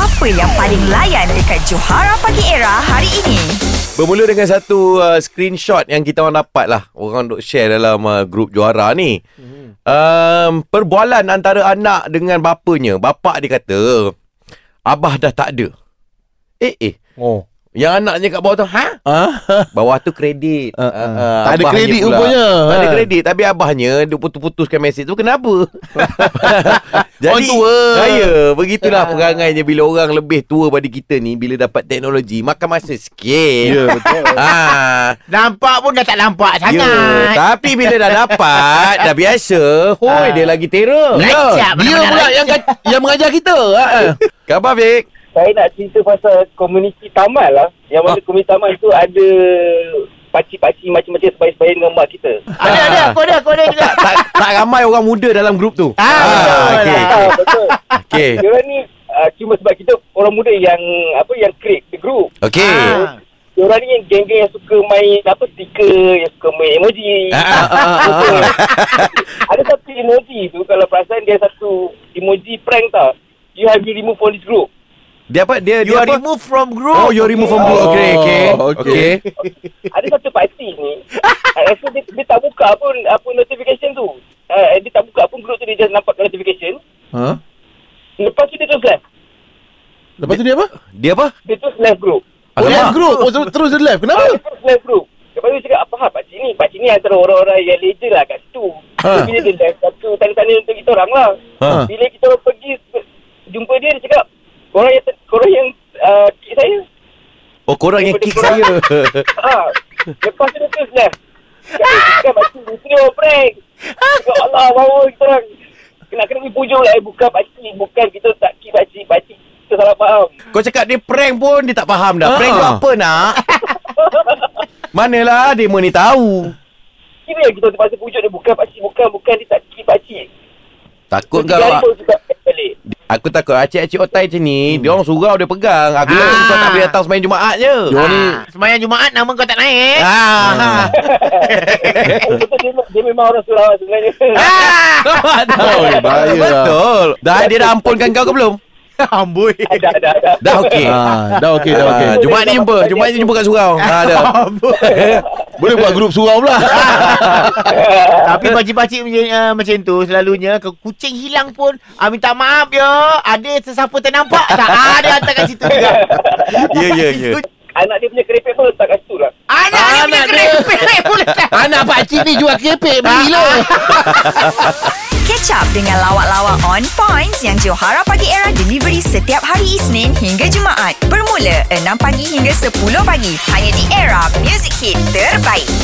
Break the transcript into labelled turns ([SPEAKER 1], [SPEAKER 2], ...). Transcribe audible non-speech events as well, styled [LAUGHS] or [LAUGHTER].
[SPEAKER 1] Apa yang paling layan dekat Johara Pagi Era hari ini?
[SPEAKER 2] Bermula dengan satu uh, screenshot yang kita orang dapat lah. Orang duk share dalam uh, grup juara ni. Um, perbualan antara anak dengan bapanya. Bapak dia kata, Abah dah tak ada. Eh, eh.
[SPEAKER 3] Oh.
[SPEAKER 2] Yang anaknya kat bawah tu, ha?
[SPEAKER 3] Ah.
[SPEAKER 2] Bawah tu kredit.
[SPEAKER 3] Ah, ah.
[SPEAKER 2] Ah, ah,
[SPEAKER 3] Tak ada
[SPEAKER 2] abahnya
[SPEAKER 3] kredit rupanya.
[SPEAKER 2] Tak ada
[SPEAKER 3] Ah.
[SPEAKER 2] kredit. Tapi abahnya, dia putus-putuskan mesej tu, kenapa? [LAUGHS]
[SPEAKER 3] Orang tua.
[SPEAKER 2] Saya, begitulah perangainya bila orang lebih tua pada kita ni, bila dapat teknologi, makan masa sikit.
[SPEAKER 3] Ya,
[SPEAKER 2] [LAUGHS]
[SPEAKER 3] betul.
[SPEAKER 2] Ah,
[SPEAKER 3] Nampak pun dah tak nampak sangat.
[SPEAKER 2] Ya, tapi bila dah dapat, dah biasa, hoi
[SPEAKER 3] Ah.
[SPEAKER 2] dia lagi terror.
[SPEAKER 3] Lacak
[SPEAKER 2] Ha. Ya. dia
[SPEAKER 3] benar-benar
[SPEAKER 2] pula
[SPEAKER 3] lacak.
[SPEAKER 2] yang kat- yang mengajar kita. Ha. Khabar Fik?
[SPEAKER 4] saya nak cerita pasal komuniti taman lah. Yang mana
[SPEAKER 2] Ah.
[SPEAKER 4] komuniti taman tu ada pakcik-pakcik macam-macam sebaya-sebaya dengan mak kita.
[SPEAKER 3] Ada ada
[SPEAKER 2] Ha.
[SPEAKER 3] aku ada aku ada juga.
[SPEAKER 2] Tak, tak, tak ramai orang muda dalam grup tu.
[SPEAKER 3] Ah, betul lah.
[SPEAKER 2] okey.
[SPEAKER 4] Ah, betul.
[SPEAKER 2] Okey.
[SPEAKER 4] Dia orang ni ah, cuma sebab kita orang muda yang apa yang create the group.
[SPEAKER 2] Okey.
[SPEAKER 3] Ah.
[SPEAKER 4] Dia orang ni yang geng-geng yang suka main apa stiker, yang suka main emoji.
[SPEAKER 2] Ah, ah, ah, ah, ah.
[SPEAKER 4] ada satu emoji tu kalau perasan dia satu emoji prank tau. You have been removed from this group.
[SPEAKER 2] Dia apa? Dia
[SPEAKER 3] You
[SPEAKER 2] dia
[SPEAKER 3] are
[SPEAKER 2] apa?
[SPEAKER 3] removed from group.
[SPEAKER 2] Oh, you remove from group. Okey, okey.
[SPEAKER 3] Oh,
[SPEAKER 2] Okey.
[SPEAKER 3] okey.
[SPEAKER 4] ada satu pakcik
[SPEAKER 3] [LAUGHS]
[SPEAKER 4] ni I rasa dia, dia tak buka pun apa notification tu uh, dia tak buka pun group tu dia just nampak notification
[SPEAKER 3] Ha?
[SPEAKER 4] lepas tu dia terus left
[SPEAKER 3] Lepas tu dia apa?
[SPEAKER 2] Dia apa?
[SPEAKER 4] dia terus left group
[SPEAKER 3] Oh,
[SPEAKER 2] Alamak.
[SPEAKER 3] left group. Oh, terus dia left.
[SPEAKER 4] Ah,
[SPEAKER 3] Kenapa?
[SPEAKER 4] dia terus left group lepas tu dia cakap apa hal pakcik ni pakcik ni antara orang-orang yang legend lah kat situ
[SPEAKER 3] Ha.
[SPEAKER 4] ha. bila dia left satu tanda-tanda untuk kita orang lah
[SPEAKER 3] Ha.
[SPEAKER 4] bila kita orang pergi jumpa dia dia cakap korang yang korang yang uh, kick saya
[SPEAKER 2] Oh, korang yang kick saya. [LAUGHS]
[SPEAKER 4] ha. lepas tu dia terus left Kan pakcik ni Sini orang prank Ya Allah Bawa kita orang Kena kena pergi pujuk lah eh. Bukan pakcik Bukan kita tak kira pakcik Pakcik kita salah faham
[SPEAKER 2] Kau cakap dia prank pun dia tak faham dah. Prank tu
[SPEAKER 3] Ah.
[SPEAKER 2] apa nak? Manalah demo ni tahu.
[SPEAKER 4] Kira yang kita terpaksa pujuk dia Bukan pakcik Bukan bukan Dia tak kira pakcik
[SPEAKER 2] Takut
[SPEAKER 4] Tiga hari
[SPEAKER 2] kau.
[SPEAKER 4] baru kita balik [LAUGHS]
[SPEAKER 2] Aku takut acik-acik otai macam ni hmm. Dia orang surau dia pegang Aku ah.
[SPEAKER 3] Ah.
[SPEAKER 2] kau tak boleh datang semayang Jumaat je
[SPEAKER 3] Dia ni Ha. semayang Jumaat nama kau tak naik.
[SPEAKER 2] [LAUGHS] Ah.
[SPEAKER 4] Betul dia, dia memang orang surau sebenarnya
[SPEAKER 2] Ah! Oh,
[SPEAKER 3] bahaya lah.
[SPEAKER 2] Betul Dah dia dah ampunkan kau ke belum?
[SPEAKER 3] [LAUGHS] Amboi.
[SPEAKER 4] [LAUGHS] Ada ada ada
[SPEAKER 2] Dah okey
[SPEAKER 3] Ah, dah okey dah okey.
[SPEAKER 2] Ah, Jumaat ni jumpa Jumaat ni jumpa kat surau ah,
[SPEAKER 3] Ha. [LAUGHS]
[SPEAKER 2] dah.
[SPEAKER 3] Boleh buat grup surau pula. Tapi pakcik-pakcik macam, uh, macam tu selalunya ke kucing hilang pun uh, minta maaf ya. Ada sesiapa ternampak tak? Ah, ada hantar kat situ juga.
[SPEAKER 2] [LAUGHS] Ya ya ya
[SPEAKER 4] [LAUGHS] Anak dia punya keripik pun letak kat situ lah
[SPEAKER 3] Anak,
[SPEAKER 2] dia
[SPEAKER 3] anak
[SPEAKER 2] punya
[SPEAKER 3] kerepek pula. Ha, Anak pakcik ni jual kerepek belilah.
[SPEAKER 1] Catch up dengan lawak-lawak on points yang Johara Pagi Era delivery setiap hari Isnin hingga Jumaat. Bermula 6 pagi hingga 10 pagi. Hanya di Era Music Hit Terbaik.